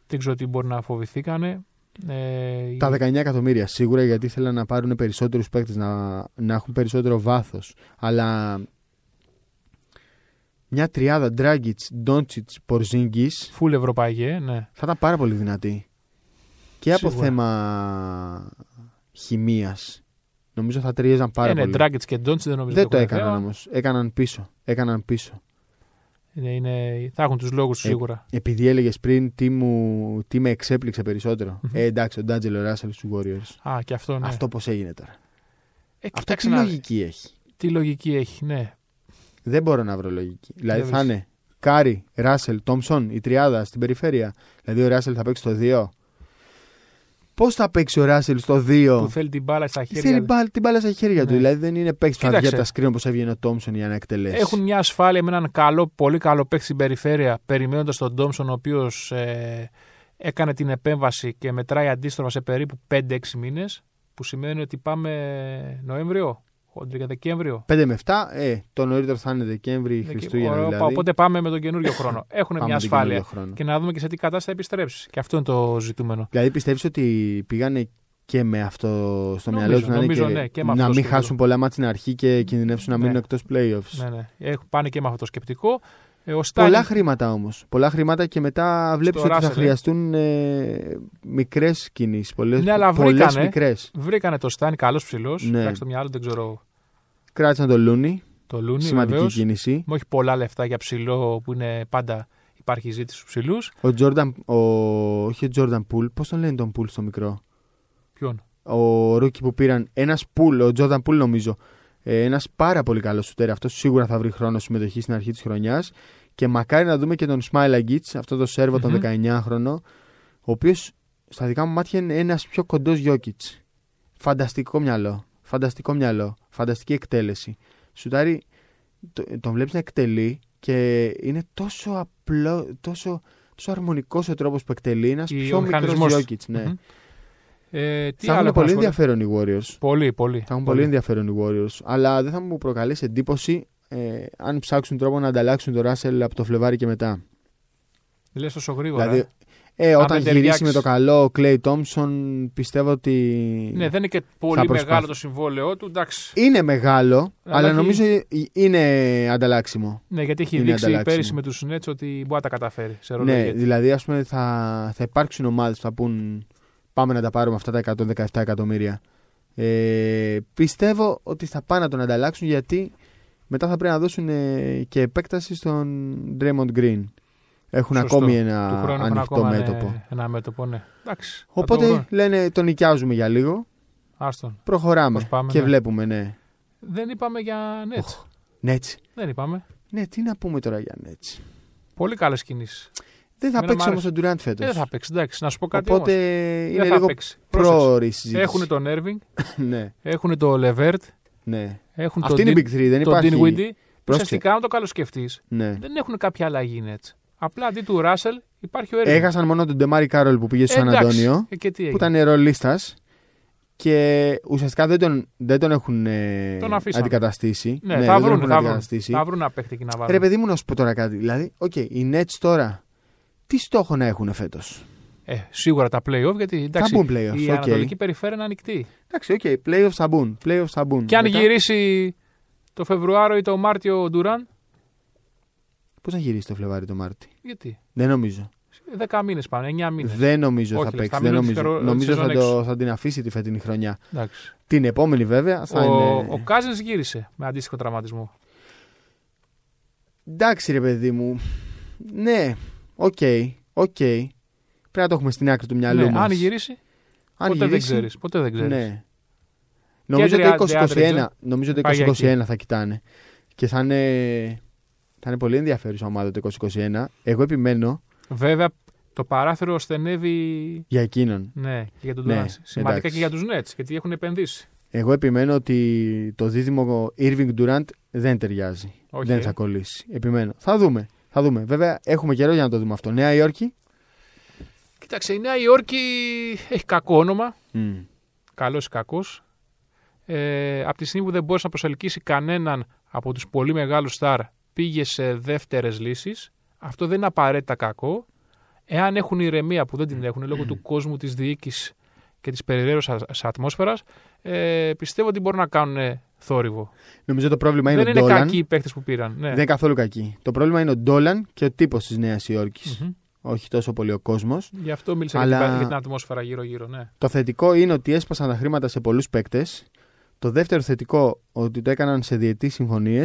S3: Δεν ξέρω τι μπορεί να φοβηθήκανε. Ε,
S2: Τα 19 εκατομμύρια σίγουρα γιατί ήθελαν να πάρουν περισσότερους παίκτες, να, να έχουν περισσότερο βάθος. Αλλά μια τριάδα Ντράγκητ, Ντόντσιτ, Πορζίνγκη
S3: Φουλ Ευρωπαϊκέ, ναι.
S2: θα ήταν πάρα πολύ δυνατή. Και από
S3: Σίγουρα.
S2: θέμα χημίας. Νομίζω θα ταιριάζαν πάρα
S3: Ε, ναι,
S2: πολύ.
S3: Dragic και Ντόντσι δεν νομίζω
S2: Δεν το
S3: έχουν θέμα.
S2: έκαναν όμως. Έκαναν πίσω. Έκαναν πίσω.
S3: Είναι, είναι, θα έχουν τους λόγους τους
S2: Ε,
S3: σίγουρα.
S2: Επειδή έλεγες πριν τι, μου, τι με εξέπληξε περισσότερο. Ε, εντάξει, ο Ντάντζελο Ράσελ στους Warriors.
S3: Α, και αυτό ναι.
S2: Αυτό πώς έγινε τώρα.
S3: ε,
S2: Αυτό
S3: κοιτάξτε
S2: τι
S3: να-
S2: λογική έχει.
S3: τι λογική έχει, ναι.
S2: Δεν μπορώ να βρω λογική. Δηλαδή
S3: βρεις.
S2: θα είναι Κάρι, Ράσελ, Τόμσον, η τριάδα στην περιφέρεια. Δηλαδή ο Ράσελ θα παίξει το 2. Πώς θα παίξει ο Ράσελ στο 2.
S3: Που θέλει την μπάλα στα χέρια.
S2: Θέλει μπάλ- την μπάλα στα χέρια του.
S3: Ναι.
S2: Δηλαδή δεν είναι παίξει που θα βγει
S3: Κοίταξε.
S2: από τα σκρίνια όπως έβγαινε ο Τόμσον για να εκτελέσει.
S3: Έχουν μια ασφάλεια με έναν καλό, πολύ καλό παίκτη στην περιφέρεια, περιμένοντας τον Ντόμσον, ο οποίος ε, έκανε την επέμβαση και μετράει αντίστροφα σε περίπου 5-6 μήνες, που σημαίνει ότι πάμε Νοέμβριο, χοντρικά Δεκέμβριο.
S2: 5 με 7, ε, το νωρίτερο θα είναι Δεκέμβρη ή
S3: Δεκέμβριο.
S2: Χριστούγεννα.
S3: Ωραία,
S2: Δηλαδή.
S3: Οπότε πάμε με τον καινούριο χρόνο. Έχουν
S2: Πάμε
S3: μια
S2: τον καινούριο
S3: ασφάλεια.
S2: χρόνο.
S3: Και να δούμε και σε τι κατάσταση θα επιστρέψεις. Και αυτό είναι το ζητούμενο.
S2: Δηλαδή πιστεύεις ότι πήγανε και με αυτό στο
S3: Νομίζω,
S2: μυαλό τους να, είναι
S3: νομίζω,
S2: και,
S3: ναι, και με αυτό
S2: να μην
S3: στο
S2: χάσουν
S3: μυαλό.
S2: πολλά μάτια στην αρχή και κινδυνεύσουν να
S3: Ναι.
S2: μείνουν εκτός playoffs.
S3: Ναι, ναι. Έχουν πάνε και με αυτό το σκεπτικό. Ε, ο Στάνιν-
S2: Πολλά χρήματα όμως. Πολλά χρήματα και μετά βλέπεις
S3: Στο
S2: ότι θα
S3: Russell, ε.
S2: χρειαστούν ε, μικρές κινήσεις. Πολλές
S3: Ναι, αλλά βρήκανε.
S2: μικρές.
S3: Βρήκανε το Στάνι, καλός ψηλός.
S2: Ναι.
S3: Εντάξει, το μυαλό δεν ξέρω.
S2: Κράτησαν τον Λούνι.
S3: Το Λούνι,
S2: Σημαντική
S3: βεβαίως.
S2: κίνηση.
S3: με όχι πολλά λεφτά για ψηλό που είναι πάντα υπάρχει ζήτηση στους ψηλούς.
S2: Ο Jordan, ο, όχι ο Jordan Pool, πώς τον λένε τον Pool στο μικρό.
S3: Ποιον.
S2: Ο ρούκι που πήραν. Ένας Pool, ο Jordan Pool νομίζω. Ένας πάρα πολύ καλός σουτέρ. Αυτό σίγουρα θα βρει χρόνο συμμετοχή στην αρχή της χρονιάς. Και μακάρι να δούμε και τον Smile Agic, αυτό το σερβο τον
S3: Μμμ.
S2: 19χρονο, ο οποίος στα δικά μου μάτια είναι ένας πιο κοντός Γιώκητ. Φανταστικό μυαλό. Φανταστικό μυαλό. Φανταστική εκτέλεση. Σουτάρι, το- τον βλέπεις να εκτελεί και είναι τόσο απλό, τόσο, τόσο αρμονικός ο τρόπος που εκτελεί. Ένας
S3: Ο
S2: πιο μικρός
S3: μηχανισμός.
S2: Γιώκητ. Ναι.
S3: Μμμ. Ε, τι
S2: Θα έχουν
S3: άλλο έχουμε
S2: πολύ
S3: να σχολιάσουμε?
S2: ενδιαφέρον οι Warriors.
S3: Πολύ, πολύ.
S2: Θα έχουν πολύ ενδιαφέρον οι Warriors. Αλλά δεν θα μου προκαλέσει εντύπωση ε, αν ψάξουν τρόπο να ανταλλάξουν τον Ράσελ από το Φλεβάρι και μετά.
S3: Λες τόσο γρήγορα.
S2: Δηλαδή, ε,
S3: Αν
S2: όταν
S3: δεν
S2: γυρίσει
S3: ταιριάξεις.
S2: με το καλό ο Κλέι Τόμψον, πιστεύω ότι.
S3: Ναι, δεν είναι και πολύ
S2: προσπάθει.
S3: μεγάλο το συμβόλαιό του. Εντάξει.
S2: Είναι μεγάλο, αλλά,
S3: έχει-
S2: νομίζω ε, είναι ανταλλάξιμο.
S3: Ναι, γιατί έχει
S2: Είναι
S3: δείξει
S2: ανταλλάξιμο.
S3: πέρυσι με τους Νέτ ότι μπορεί να τα καταφέρει σε ρόλο
S2: Ναι,
S3: ηγέτης.
S2: δηλαδή ας πούμε θα, θα υπάρξουν ομάδες που θα πούν πάμε να τα πάρουμε αυτά τα 117 εκατομμύρια. Ε, πιστεύω ότι θα πάνε να τον ανταλλάξουν γιατί μετά θα πρέπει να δώσουν ε, και επέκταση στον Draymond Green. Έχουν
S3: Σωστό.
S2: ακόμη
S3: Του
S2: ένα
S3: χρόνου έχουν
S2: ανοιχτό
S3: ακόμα, ναι,
S2: μέτωπο.
S3: Ένα μέτωπο, ναι. Εντάξει. θα το βρουν.
S2: Οπότε λένε τον νοικιάζουμε για λίγο,
S3: Άστον.
S2: προχωράμε
S3: Πώς πάμε,
S2: και
S3: ναι.
S2: βλέπουμε, ναι.
S3: Δεν είπαμε για Νέτ.
S2: Ναι, έτσι.
S3: Δεν είπαμε.
S2: Ναι, τι να πούμε τώρα για έτσι.
S3: Πολύ καλές κινήσεις.
S2: Δεν θα
S3: Εμένα
S2: παίξει
S3: μ'
S2: όμως τον Durant φέτο.
S3: Δεν θα παίξει. Εντάξει, να σου πω κάτι.
S2: Οπότε
S3: όμως.
S2: είναι
S3: δεν θα
S2: λίγο
S3: παίξει. Πρόσεξε.
S2: πρόωρη η συζήτηση.
S3: Έχουν τον Έρβινγκ,
S2: ναι,
S3: έχουν τον Λεβέρτ,
S2: ναι.
S3: έχουν
S2: Αυτή
S3: τον
S2: είναι η Big 3, δεν
S3: το
S2: υπάρχει.
S3: Dinwiddie,
S2: Πρόσεξε.
S3: ουσιαστικά, αν το καλοσκεφτείς,
S2: Ναι.
S3: δεν έχουν κάποια αλλαγή είναι έτσι. Απλά αντί του Ράσελ υπάρχει ο Έρβινγκ.
S2: Έχασαν μόνο τον Ντεμάρι Κάρολ που πήγε στο Σαν Αντώνιο,
S3: Και τι
S2: που
S3: έγινε.
S2: ήταν ρολίστας και ουσιαστικά δεν τον, δεν τον έχουν ε,
S3: Τον αφήσανε.
S2: αντικαταστήσει.
S3: Ναι,
S2: δεν
S3: θα
S2: τον
S3: βρουν,
S2: έχουν
S3: θα βρουν,
S2: αντικαταστήσει.
S3: θα βρουν ένα παίχτη εκεί να βάλουν.
S2: Ρε παιδί μου, να σου πω τώρα κάτι. Δηλαδή, οκ, οι Nets τώρα τι στόχο να έχουν φέτος.
S3: Ε, σίγουρα τα playoff γιατί εντάξει,
S2: μπουν playoff,
S3: η
S2: οκ.
S3: Ανατολική περιφέρεια είναι ανοιχτή.
S2: Εντάξει, οκ, playoffs θα μπουν. Playoffs θα μπουν.
S3: Και αν
S2: Μετά,
S3: γυρίσει το Φεβρουάριο ή το Μάρτιο ο Ντουράν,
S2: Πώς θα γυρίσει το Φλεβάρι το Μάρτι.
S3: γιατί.
S2: Δεν νομίζω.
S3: Δέκα μήνες πάνε, εννιά μήνες.
S2: Δεν νομίζω
S3: Όχι,
S2: θα
S3: λες, θα
S2: παίξει. Δεν
S3: μείνουν τη
S2: νομίζω.
S3: σερο-
S2: Νομίζω
S3: σεζόν
S2: θα, το, θα την αφήσει τη φετινή χρονιά.
S3: Εντάξει.
S2: Την επόμενη βέβαια θα
S3: Ο,
S2: είναι.
S3: ο Κάζιν γύρισε με αντίστοιχο τραυματισμό.
S2: Εντάξει ρε παιδί μου. Ναι, οκ, οκ. Πρέπει να το έχουμε στην άκρη του μυαλού
S3: Ναι,
S2: μας.
S3: αν γυρίσεις,
S2: Αν
S3: ποτέ,
S2: γυρίσει,
S3: δεν ξέρεις, ποτέ δεν ξέρεις.
S2: Ναι. Νομίζω
S3: Drea-
S2: το 2021,
S3: Deandre
S2: νομίζω το
S3: Πάει
S2: 2021 θα κοιτάνε. Και θα είναι, θα είναι πολύ ενδιαφέρουσα ομάδα το 2021. Εγώ επιμένω
S3: Βέβαια, το παράθυρο στενεύει
S2: για εκείνον.
S3: Ναι, και για τον
S2: Ναι,
S3: ναι, Σημαντικά
S2: εντάξει.
S3: και για τους Nets, γιατί έχουν επενδύσει.
S2: Εγώ επιμένω ότι το δίδυμο Irving Durant δεν ταιριάζει.
S3: Όχι.
S2: Δεν θα κολλήσει. Επιμένω. Θα δούμε. Θα δούμε. Βέβαια, έχουμε καιρό για να το δούμε αυτό. Νέα Υόρκη.
S3: Κοίταξε, η Νέα Υόρκη έχει κακό όνομα.
S2: Μμ.
S3: Καλός ή κακός. Ε, από τη στιγμή που δεν μπορούσε να προσελκύσει κανέναν από τους πολύ μεγάλους στάρ, πήγε σε δεύτερες λύσεις. Αυτό δεν είναι απαραίτητα κακό. Εάν έχουν ηρεμία που δεν την έχουν λόγω του κόσμου, της διοίκησης και της περιραίωσης ατμόσφαιρας, ε, πιστεύω ότι μπορούν να κάνουν θόρυβο.
S2: Νομίζω το πρόβλημα είναι
S3: δεν
S2: ο
S3: είναι
S2: Dolan.
S3: κακοί οι παίχτε που πήραν. Ναι.
S2: Δεν είναι καθόλου κακή. Το πρόβλημα είναι ο Ντόλαν και ο τύπος της Νέας Υόρκης.
S3: Μμμ.
S2: Όχι τόσο πολύ ο κόσμος.
S3: Γι' αυτό μίλησα
S2: Αλλά-
S3: για την- για την ατμόσφαιρα γύρω-γύρω. Ναι.
S2: Το θετικό είναι ότι έσπασαν τα χρήματα σε πολλούς παίκτες. Το δεύτερο θετικό ότι το έκαναν σε διετή συμφωνίε.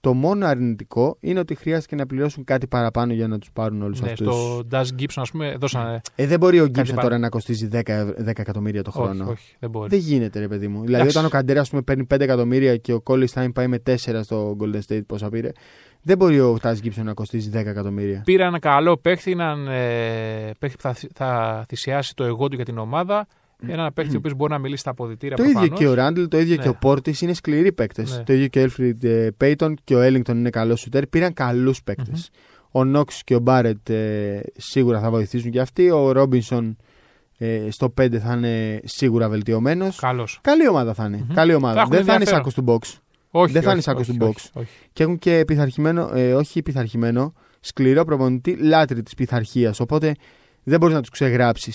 S2: Το μόνο αρνητικό είναι ότι χρειάστηκε να πληρώσουν κάτι παραπάνω για να τους πάρουν όλους
S3: Ναι,
S2: αυτούς.
S3: στο Ντάζ Gibson, ας πούμε, δώσανε.
S2: Ε, δεν μπορεί ο Γκίψον
S3: παρα-
S2: τώρα να κοστίζει 10, ευ- 10 εκατομμύρια το χρόνο.
S3: Όχι, όχι, δεν μπορεί.
S2: Δεν γίνεται, ρε παιδί μου. Δηλαδή,
S3: Εντάξει.
S2: όταν ο Καντέρας ας πούμε, παίρνει 5 εκατομμύρια και ο Κόλλι Στάιν πάει με 4 στο Golden State, πόσα πήρε. Δεν μπορεί ο Τάζ Γκίψον να κοστίζει 10 εκατομμύρια.
S3: Πήρα ένα καλό παίχτη, έναν ε, παίχτη που θα, θυ- θα θυσιάσει το εγώ του για την ομάδα. Ένα παίχτη ο οποίος μπορεί να μιλήσει στα αποδητήρια
S2: Το ίδιο
S3: προφανώς.
S2: και ο Ράντλ, το ίδιο
S3: Ναι.
S2: και ο Πόρτη είναι σκληροί παίκτες.
S3: Ναι.
S2: Το ίδιο και ο Έλφριντ ε, Πέιτον και ο Έλλιγκτον είναι καλός σουτέρ. Πήραν καλούς Ο Νόξ και ο Μπάρετ ε, σίγουρα θα βοηθήσουν και αυτοί. Ο Ρόμπινσον ε, στο 5 θα είναι σίγουρα βελτιωμένος.
S3: Καλός.
S2: Καλή ομάδα θα ειναι
S3: Μμμ.
S2: Καλή ομάδα.
S3: Θα έχουν
S2: Δεν θα είναι σάκο
S3: ενδιαφέρον.
S2: του box.
S3: Όχι,
S2: Δεν θα
S3: όχι,
S2: είναι σάκος
S3: όχι,
S2: του
S3: όχι, όχι.
S2: Και έχουν και πειθαρχημένο, ε, όχι πειθαρχημένο, σκληρό προπονητή, λάτρη της πειθαρχίας. Οπότε δεν μπορείς να τους ξεγράψεις.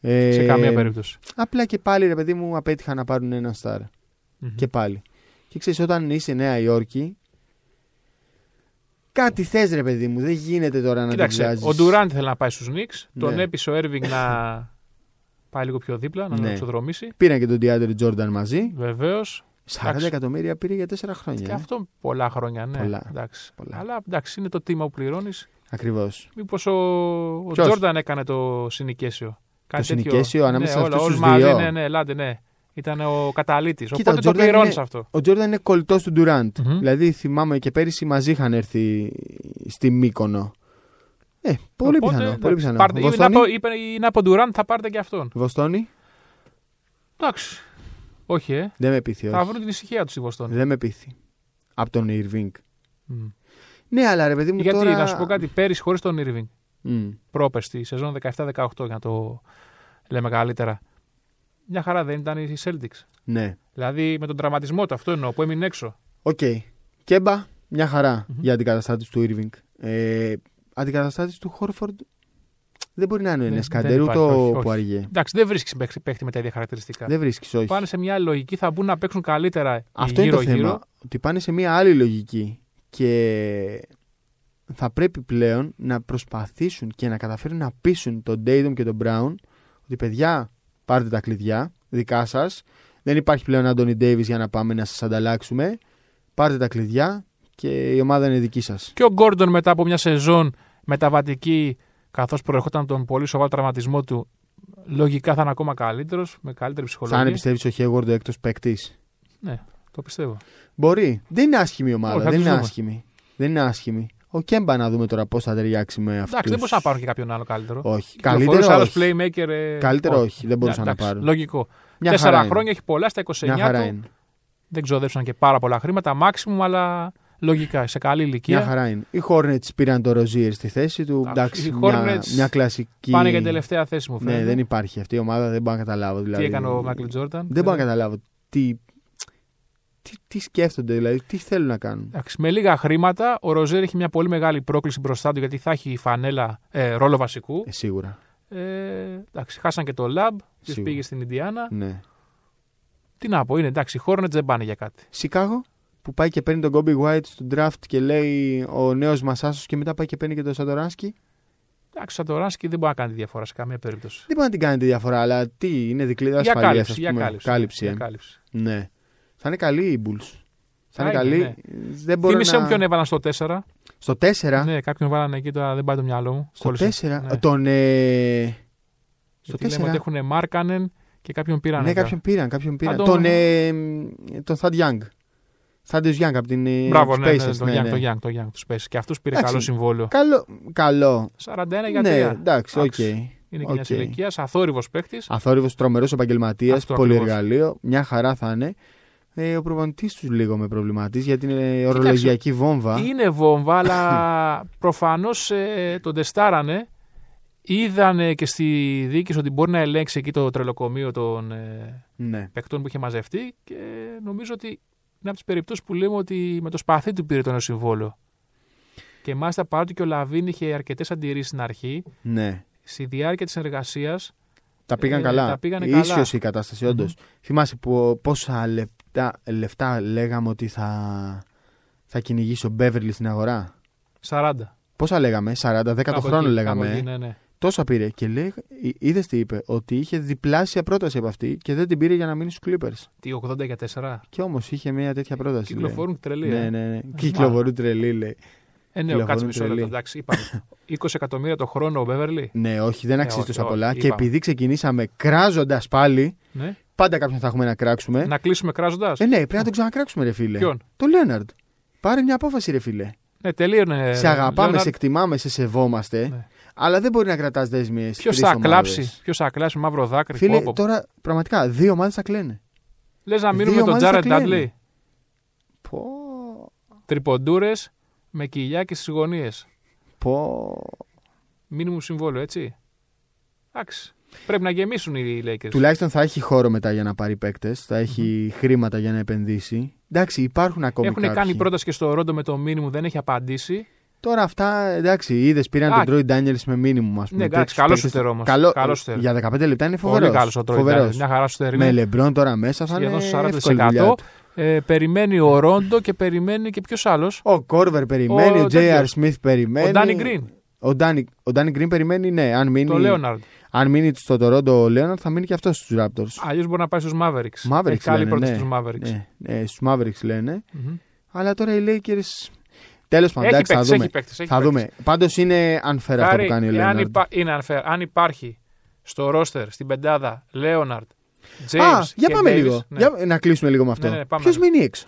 S2: Ε,
S3: Σε καμία περίπτωση.
S2: Απλά και πάλι, ρε παιδί μου, απέτυχα να πάρουν ένα στάρ.
S3: Μμμ.
S2: Και πάλι. Και ξέρεις, όταν είσαι Νέα Υόρκη. Κάτι θες, ρε παιδί μου. Δεν γίνεται τώρα να την
S3: Κοίταξε,
S2: βγάζεις.
S3: ο Ντουράντ θέλει να πάει στους Νίξ. Τον
S2: Ναι.
S3: έπεισε ο Έρβινγκ να πάει λίγο πιο δίπλα, να τον
S2: Ναι.
S3: εξοδρομήσει.
S2: Πήραν και τον Ντιάντερ Τζόρνταν μαζί.
S3: Βεβαίω.
S2: 40 εκατομμύρια πήρε για 4 χρόνια. ε.
S3: Και αυτό πολλά χρόνια, ναι.
S2: Ναι. Πολλά.
S3: Εντάξει.
S2: Πολλά.
S3: Αλλά εντάξει, είναι το τίμα που πληρώνεις.
S2: Ακριβώς.
S3: Μήπως ο, ο
S2: Ποιος?
S3: Τζόρνταν έκανε το συνοικέσιο. Κάτι
S2: Το
S3: τέτοιο.
S2: συνοικέσιο ανάμεσα
S3: ναι,
S2: σε αυτούς
S3: όλα,
S2: τους
S3: όλοι μαζί,
S2: δύο.
S3: Ναι, ναι, ελάτε, ναι. Ήταν ο καταλήτης.
S2: Κοίτα,
S3: Οπότε
S2: ο
S3: το
S2: Τζόρνταν
S3: πληρώνεις
S2: είναι-
S3: αυτό.
S2: Ο Τζόρνταν είναι κολλητός του ντουραντ
S3: Μμμ.
S2: Δηλαδή θυμάμαι και πέρυσι μαζί είχαν έρθει στη Μύκονο. Ε, πολύ
S3: Οπότε,
S2: πιθανό.
S3: εντάξει,
S2: Πολύ πιθανό.
S3: πάρτε- ή
S2: Βοστόνη.
S3: να πω- Είπε η Νάπο Ντουράντ θα πάρετε και αυτόν.
S2: Βοστόνη.
S3: Εντάξει. Όχι, ε.
S2: Δεν με πείθει.
S3: Θα
S2: όχι.
S3: βρουν την ησυχία τους οι Βοστόνοι.
S2: Δεν με πείθει. Από τον Ιρβίνγκ.
S3: Μμ.
S2: Ναι, αλλά ρε παιδί μου
S3: Γιατί
S2: τώρα...
S3: να σου πω κάτι, πέρυσι χωρίς τον Irving,
S2: Μμ.
S3: πρόπερση, σεζόν 17-18 για να το λέμε καλύτερα. Μια χαρά δεν ήταν οι Celtics.
S2: Ναι.
S3: Δηλαδή με τον τραυματισμό του, αυτό εννοώ, που έμεινε έξω.
S2: Οκ. Κέμπα, μια χαρα για αντικαταστάτης του Ιρβίνγκ. Ε, αντικαταστάτης του Χόρφορντ δεν μπορεί να είναι ο
S3: Δεν-
S2: Ενέ
S3: Ναι, δεν
S2: Καντέρ ούτε
S3: υπάρχει, όχι,
S2: ο
S3: όχι.
S2: Πουαριέ.
S3: Εντάξει, δεν βρίσκεις παίχτη, παίχτη με τα ίδια χαρακτηριστικά.
S2: Δεν βρίσκεις, όχι.
S3: Πάνε σε μια άλλη λογική, θα μπουν να παίξουν καλύτερα οι
S2: Αυτό είναι το
S3: Ε, γύρω-γύρω.
S2: θέμα. Ότι πάνε σε μια άλλη λογική και θα πρέπει πλέον να προσπαθήσουν και να καταφέρουν να πείσουν τον Ντέιντομ και τον Μπράουν ότι παιδιά πάρτε τα κλειδιά δικά σας. Δεν υπάρχει πλέον Άντωνι Ντέιβις για να πάμε να σας ανταλλάξουμε. Πάρτε τα κλειδιά και η ομάδα είναι δική σας.
S3: Και ο Γκόρντον μετά από μια σεζόν μεταβατική, καθώς προερχόταν από τον πολύ σοβαρό τραυματισμό του, λογικά θα είναι ακόμα καλύτερος, με καλύτερη
S2: Θα
S3: ψυχολογία.
S2: είναι πιστεύει ο Χέγουαρντ ο έκτος παίκτης.
S3: Ναι, το πιστεύω.
S2: Μπορεί. Δεν είναι άσχημη η
S3: Όχι,
S2: ομάδα. δεν
S3: θα τους
S2: είναι
S3: δούμε.
S2: άσχημη. Δεν είναι άσχημη. Ο Κέμπα να δούμε τώρα πώς θα ταιριάξει με αυτού.
S3: Εντάξει, δεν μπορούσα να πάρω και κάποιον άλλο καλύτερο.
S2: Όχι.
S3: Κυκλοφορούσε
S2: Καλύτερο
S3: άλλος
S2: όχι.
S3: playmaker. ε,
S2: Καλύτερο όχι. Δεν μπορούσαν να
S3: εντάξει,
S2: πάρουν.
S3: Λογικό.
S2: Μια
S3: Τέσσερα
S2: χαρά είναι.
S3: χρόνια έχει πολλά στα 29
S2: Μια χαρά
S3: του.
S2: είναι.
S3: Δεν ξοδέψαν και πάρα πολλά χρήματα. Maximum, αλλά λογικά σε καλή
S2: Μια
S3: ηλικία.
S2: χαρά είναι. Οι Hornets πήραν το Rozier στη θέση του.
S3: Εντάξει,
S2: Εντάξει,
S3: οι
S2: μια,
S3: Hornets
S2: μια κλασική.
S3: Πάνε για την τελευταία θέση μου φαίνεται.
S2: Ναι, δεν υπάρχει αυτή η ομάδα, δεν μπορώ να καταλάβω.
S3: Τι
S2: Δηλαδή,
S3: έκανε ο δηλαδή. Μάικλ Τζόρνταν.
S2: Δεν μπορώ να καταλάβω τι, τι, τι σκέφτονται, δηλαδή, τι θέλουν να κάνουν.
S3: Εντάξει, με λίγα χρήματα, ο Ροζέρ έχει μια πολύ μεγάλη πρόκληση μπροστά του γιατί θα έχει φανέλα ε, ρόλο βασικού.
S2: Ε, σίγουρα.
S3: Ε, εντάξει, χάσαν και το Lab, τη
S2: Σίγουρα.
S3: πήγε στην Ιντιάνα.
S2: Ναι.
S3: Τι να πω, είναι εντάξει, οι Hornets δεν πάνε για κάτι.
S2: Σικάγο που πάει και παίρνει τον Κόμπι White στο draft και λέει ο νέος Μασάσος και μετά πάει και παίρνει και τον Σαντοράνσκι.
S3: Εντάξει, ο Σαντοράνσκι δεν μπορεί να κάνει διαφορά σε καμία περίπτωση.
S2: Δεν μπορεί να την κάνει τη διαφορά, αλλά τι είναι δικλίδα
S3: Για
S2: ασφαλείας.
S3: κάλυψη, για κάλυψη.
S2: ε.
S3: Για κάλυψη.
S2: Ναι. Θα είναι καλή η Bulls. Θα είναι
S3: Θα είναι,
S2: καλή. Δεν μπορώ
S3: Θύμησε
S2: να...
S3: μου ποιον έβαλαν στο 4.
S2: Στο 4.
S3: Ναι, κάποιον βάλανε εκεί, τώρα δεν πάει το μυαλό μου.
S2: Στο 4.
S3: Ναι.
S2: Τον. Ε... Στο
S3: Γιατί λέμε
S2: 4.
S3: ότι έχουν Μάρκανεν και κάποιον πήραν.
S2: Ναι,
S3: μετά.
S2: κάποιον πήραν. Κάποιον πήραν.
S3: τον-
S2: Τον. Ε... Τον Thad Young. Thad Young από την. ε,
S3: Μπράβο,
S2: Spacers,
S3: ναι, ναι, το Young, το Young, το Young, τους Spacers. Και αυτούς πήρε
S2: Εντάξει.
S3: καλό συμβόλαιο.
S2: Καλό. καλό.
S3: 41 για 3.
S2: Ναι, εντάξει, οκ.
S3: Είναι και μια
S2: Οκ.
S3: ηλικία, αθόρυβος παίκτης.
S2: Αθόρυβος, τρομερός επαγγελματία,
S3: Αυτό ακριβώς.
S2: πολυεργαλείο. Μια χαρά θα είναι. Ε, ο προπονητής τους λίγο με προβληματίζει γιατί είναι ορολογιακή βόμβα.
S3: Είναι βόμβα, αλλά προφανώς τον τεστάρανε. Είδανε και στη διοίκηση ότι μπορεί να ελέγξει εκεί το τρελοκομείο των ε,
S2: Ναι.
S3: παικτών που είχε μαζευτεί και νομίζω ότι είναι από τις περιπτώσεις που λέμε ότι με το σπαθί του πήρε το νέο συμβόλαιο. Και μάλιστα παρότι και ο Λαβίν είχε αρκετές αντιρρήσεις στην αρχή,
S2: ναι.
S3: στη διάρκεια της εργασία.
S2: Τα πήγαν
S3: Ε,
S2: καλά.
S3: τα πήγανε
S2: Ίσιος
S3: καλά.
S2: η κατάσταση, όντως. Θυμάσαι που, πόσα λεπτά, λεφτά λέγαμε ότι θα, θα κυνηγήσει ο Μπέβερλι στην αγορά.
S3: 40.
S2: Πόσα λέγαμε, 40, 10 το χρόνο λέγαμε.
S3: Εκεί,
S2: ε.
S3: ναι, ναι.
S2: τόσα πήρε. Και λέει, είδες τι είπε, ότι είχε διπλάσια πρόταση από αυτή και δεν την πήρε για να μείνει στους Clippers.
S3: Τι 80 για 4.
S2: Και όμως είχε μια τέτοια πρόταση.
S3: Ε, Κυκλοφορούν τρελή.
S2: λέει. Ναι, ναι, ναι. Κυκλοφορούν τρελή, λέει.
S3: Ε, ναι,
S2: κυκλοφορούν
S3: κάτσε μισό λεπτό.
S2: τρελή.
S3: Εντάξει, είπαμε. 20 εκατομμύρια το χρόνο ο Μπέβερλι.
S2: Ναι, όχι, δεν αξίζει
S3: όχι,
S2: τόσα
S3: όχι,
S2: πολλά. Και
S3: Ε, είπαμε.
S2: επειδή ξεκινήσαμε κράζοντας πάλι,
S3: Ναι.
S2: πάντα κάποιον θα έχουμε να κράξουμε.
S3: Να κλείσουμε κράζοντας.
S2: Ε, ναι, πρέπει να τον ξανακράξουμε, ρε φίλε.
S3: Ποιον?
S2: Το Λέοναρντ. Πάρε μια απόφαση, ρε φίλε.
S3: Ναι, τελείωνε.
S2: σε αγαπάμε,
S3: Leonard.
S2: σε εκτιμάμε, σε σεβόμαστε.
S3: Ναι.
S2: Αλλά δεν μπορεί να κρατάς δέσμιες.
S3: Ποιος θα κλάψει, ποιος θα κλάψει μαύρο δάκρυ.
S2: Φίλε, τώρα πραγματικά δύο ομάδες θα κλαίνε.
S3: Λες
S2: δύο
S3: να μείνουμε με τον
S2: ομάδες θα
S3: Τζάρετ
S2: κλαίνε.
S3: Ντάντλι.
S2: Πω,
S3: Τριποντούρε με κοιλιά και στις γωνίες.
S2: πω.
S3: Μήνυμου συμβόλαιο, έτσι. Εντάξει. Πρέπει να γεμίσουν οι Lakers.
S2: Τουλάχιστον θα έχει χώρο μετά για να πάρει παίκτες. Θα έχει χρήματα για να επενδύσει. Εντάξει, υπάρχουν ακόμη
S3: Έχουν
S2: κάποιοι.
S3: κάνει πρόταση και στο Ρόντο με το μήνυμου, δεν έχει απαντήσει.
S2: Τώρα αυτά, εντάξει, είδες πήραν
S3: Α,
S2: τον Τρόι Ντάνιελ με μήνυμο, ας πούμε.
S3: Ναι, εντάξει,
S2: Τέτοιους
S3: καλό
S2: παίκτες-
S3: σουτέρ όμως.
S2: Καλό,
S3: Καλό σουτέρ.
S2: για 15 λεπτά είναι
S3: Πολύ
S2: φοβερός.
S3: καλό ο Τρόι Ντάνιελ. Μια χαρά σου
S2: Με
S3: είναι.
S2: λεμπρόν τώρα μέσα θα είναι.
S3: Σχεδόν
S2: εύκολη δουλειά
S3: 40%.
S2: του.
S3: Ε, περιμένει ο Ρόντο και περιμένει και ποιος άλλος.
S2: Ο Κόρβερ περιμένει, ο,
S3: Ο
S2: J.R.
S3: τέτοιος.
S2: Smith περιμένει.
S3: Ο Ντάνι Γκριν.
S2: Ο Ντάνι, ο Ντάνι Γκριν περιμένει, ναι. Αν μείνει,
S3: Το Λέοναρντ.
S2: αν μείνει στο Τορόντο ο Λέοναρντ, θα μείνει και αυτός στους Raptors.
S3: Αλλιώς μπορεί να πάει στους Mavericks.
S2: Mavericks
S3: Έχει καλή
S2: λένε,
S3: πρόταση
S2: ναι.
S3: στους Mavericks.
S2: Ναι, ναι στους Mavericks λένε.
S3: Μμμ.
S2: Αλλά τώρα οι Lakers. Τέλος πάντων,
S3: Έχει
S2: εντάξει, θα
S3: παίκτης,
S2: δούμε.
S3: έχει παίκτης, έχει
S2: θα
S3: παίκτης.
S2: δούμε. Πάντως είναι unfair αυτό που
S3: Χάρη,
S2: κάνει ο
S3: εάν
S2: Λέοναρντ.
S3: υπά- είναι unfair. Αν υπάρχει στο ρόστερ, στην πεντάδα, Λέοναρντ, James
S2: Α, για
S3: και
S2: πάμε
S3: Davis,
S2: λίγο.
S3: ναι.
S2: Για, να κλείσουμε λίγο με αυτό.
S3: Ναι, ναι, πάμε.
S2: Ποιος μείνει έξω.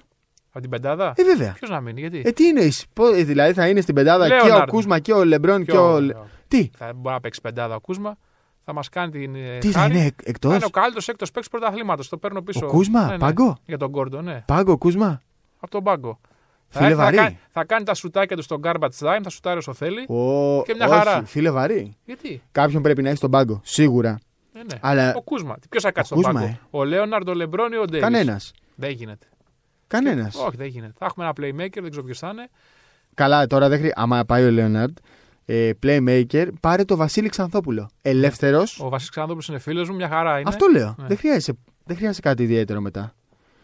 S3: Από την πεντάδα.
S2: Ε, βέβαια.
S3: Ποιος να μείνει, γιατί.
S2: Ε, τι είναι, εσύ, πο- ε, δηλαδή θα είναι στην πεντάδα και ο
S3: Λέοναρντ.
S2: Κούσμα και ο Λεμπρόν και,
S3: Ποιο-
S2: ο. Λε- Τι,
S3: Θα μπορεί να παίξει πεντάδα ο Κούσμα. Θα μας κάνει την. ε,
S2: τι θα
S3: χάρη.
S2: είναι
S3: Θα
S2: εκτό.
S3: είναι ο καλύτερος έκτος παίκτης πρωταθλήματος. Το παίρνω πίσω. Ναι,
S2: Ο Κούσμα, πάγκο?
S3: Για τον Κόρντο, ναι.
S2: Πάγκο Κούσμα.
S3: Από τον πάγκο. Θα
S2: Φίλε
S3: έρθει, θα,
S2: βαρύ.
S3: κάνει, θα κάνει τα σουτάκια του στον garbage time, θα σουτάρει όσο θέλει.
S2: Ο...
S3: Ε, Και μια
S2: όχι,
S3: χαρά.
S2: φίλε βαρύ.
S3: Γιατί.
S2: Κάποιον πρέπει να έχει στον πάγκο. Σίγουρα.
S3: Ναι, ναι.
S2: Αλλά-
S3: Ο Κούσμα. Ποιος θα κάτσει στον
S2: Κούσμα,
S3: πάγκο.
S2: ε.
S3: Ο Λέοναρντ, ο Λεμπρόν ή ο Ντέιβι.
S2: Κανένας.
S3: Δεν γίνεται.
S2: Κανένας.
S3: Όχι, δεν γίνεται. Θα έχουμε ένα playmaker, δεν ξέρω ποιος θα είναι.
S2: Καλά, τώρα δεν χρειάζεται. Άμα πάει ο Λέοναρντ, ε, playmaker, πάρε το Βασίλη Ξανθόπουλο. Ελεύθερος.
S3: Ο Βασίλης Ξαναδόπουλο είναι φίλος μου, μια χαρά Ε, είναι.
S2: Αυτό λέω.
S3: Ναι.
S2: Δεν, χρειάζεσαι, δεν χρειάζεσαι κάτι ιδιαίτερο μετά.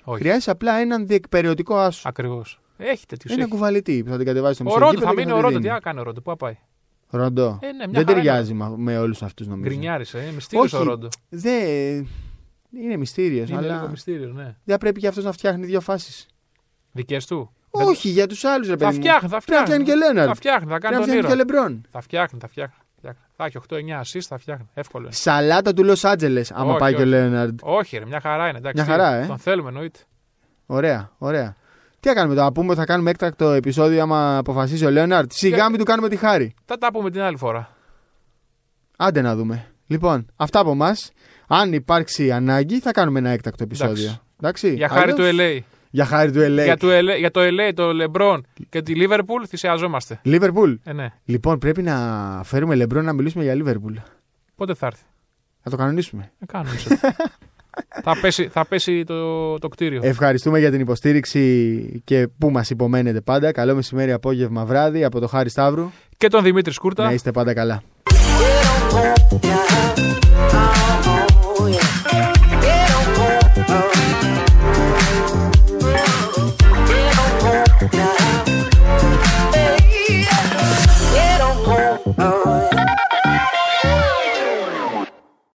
S3: Όχι.
S2: Χρειάζεσαι απλά έναν διεκπεριωτικό άσο.
S3: Ακριβώς. Έχει τέτοιους.
S2: Ένα κουβαλητή που θα την κατεβάσει στο
S3: Ο
S2: μισό
S3: Ρόντο
S2: γήπεδο
S3: θα
S2: και
S3: μείνει
S2: τη
S3: ο Ρόντο.
S2: δίνει.
S3: Τι να κάνει ο Ρόντο, πού να πάει.
S2: Ρόντο.
S3: Ε, ναι, μια
S2: δεν
S3: χαρά
S2: ταιριάζει μα- με όλους αυτούς νομίζω.
S3: Γκρινιάρισε, ε. Μυστήριος ο
S2: Όχι,
S3: Ρόντο.
S2: Δε, είναι μυστήριο,
S3: Είναι λίγο
S2: αλλά
S3: μυστήριο, ναι.
S2: δεν πρέπει και αυτός να φτιάχνει δύο φάσεις.
S3: Δικές του. Δεν-
S2: Όχι, για τους άλλους ρε παιδί.
S3: Θα
S2: μου.
S3: φτιάχνει, θα
S2: Πρέπει να
S3: φτιάχνει.
S2: φτιάχνει και Λέοναρντ.
S3: Θα φτιάχνει, θα
S2: Πρέπει
S3: κάνει
S2: να
S3: τον
S2: φτιάχνει και
S3: ήρωα.
S2: Λεμπρόν.
S3: Θα φτιάχνει, θα φτιάχνει. θα φτιάχνει. Θα έχει 8-9 assist, θα φτιάχνει. Εύκολο. είναι.
S2: Σαλάτα του Λος Άντζελες, άμα
S3: Όχι,
S2: πάει και ο
S3: όχι.
S2: Λέοναρντ.
S3: Όχι, ρε, μια χαρά είναι. Εντάξει,
S2: Μια χαρά, ε.
S3: Τον θέλουμε, εννοείται.
S2: Ωραία, ωραία. Τι θα κάνουμε τώρα, να πούμε ότι θα κάνουμε έκτακτο επεισόδιο άμα αποφασίσει ο Λέοναρντ. Σιγά
S3: Για-
S2: μην του κάνουμε τη χάρη.
S3: Θα τα πούμε την άλλη φορά.
S2: Άντε να δούμε. Λοιπόν, αυτά από εμά. Αν υπάρξει ανάγκη, θα κάνουμε ένα έκτακτο επεισόδιο.
S3: Εντάξει.
S2: Εντάξει.
S3: Για χάρη του
S2: Αλλιώς- Ε,
S3: LA.
S2: Για χάρη του LA.
S3: Για, του LA. για το LA, το LeBron και τη Liverpool θυσιαζόμαστε.
S2: Λίβερπουλ.
S3: Ε, ναι.
S2: Λοιπόν, πρέπει να φέρουμε Λεμπρόν να μιλήσουμε για Λίβερπουλ.
S3: Πότε θα έρθει.
S2: Να το κανονίσουμε.
S3: Ε, κάνουμε μισό. θα πέσει, θα πέσει το, το κτίριο.
S2: Ευχαριστούμε για την υποστήριξη και που μας υπομένετε πάντα. Καλό μεσημέρι, απόγευμα, βράδυ από το Χάρη Σταύρου.
S3: και τον Δημήτρη Σκούρτα.
S2: Να είστε πάντα καλά.
S1: uh. Get on home, uh,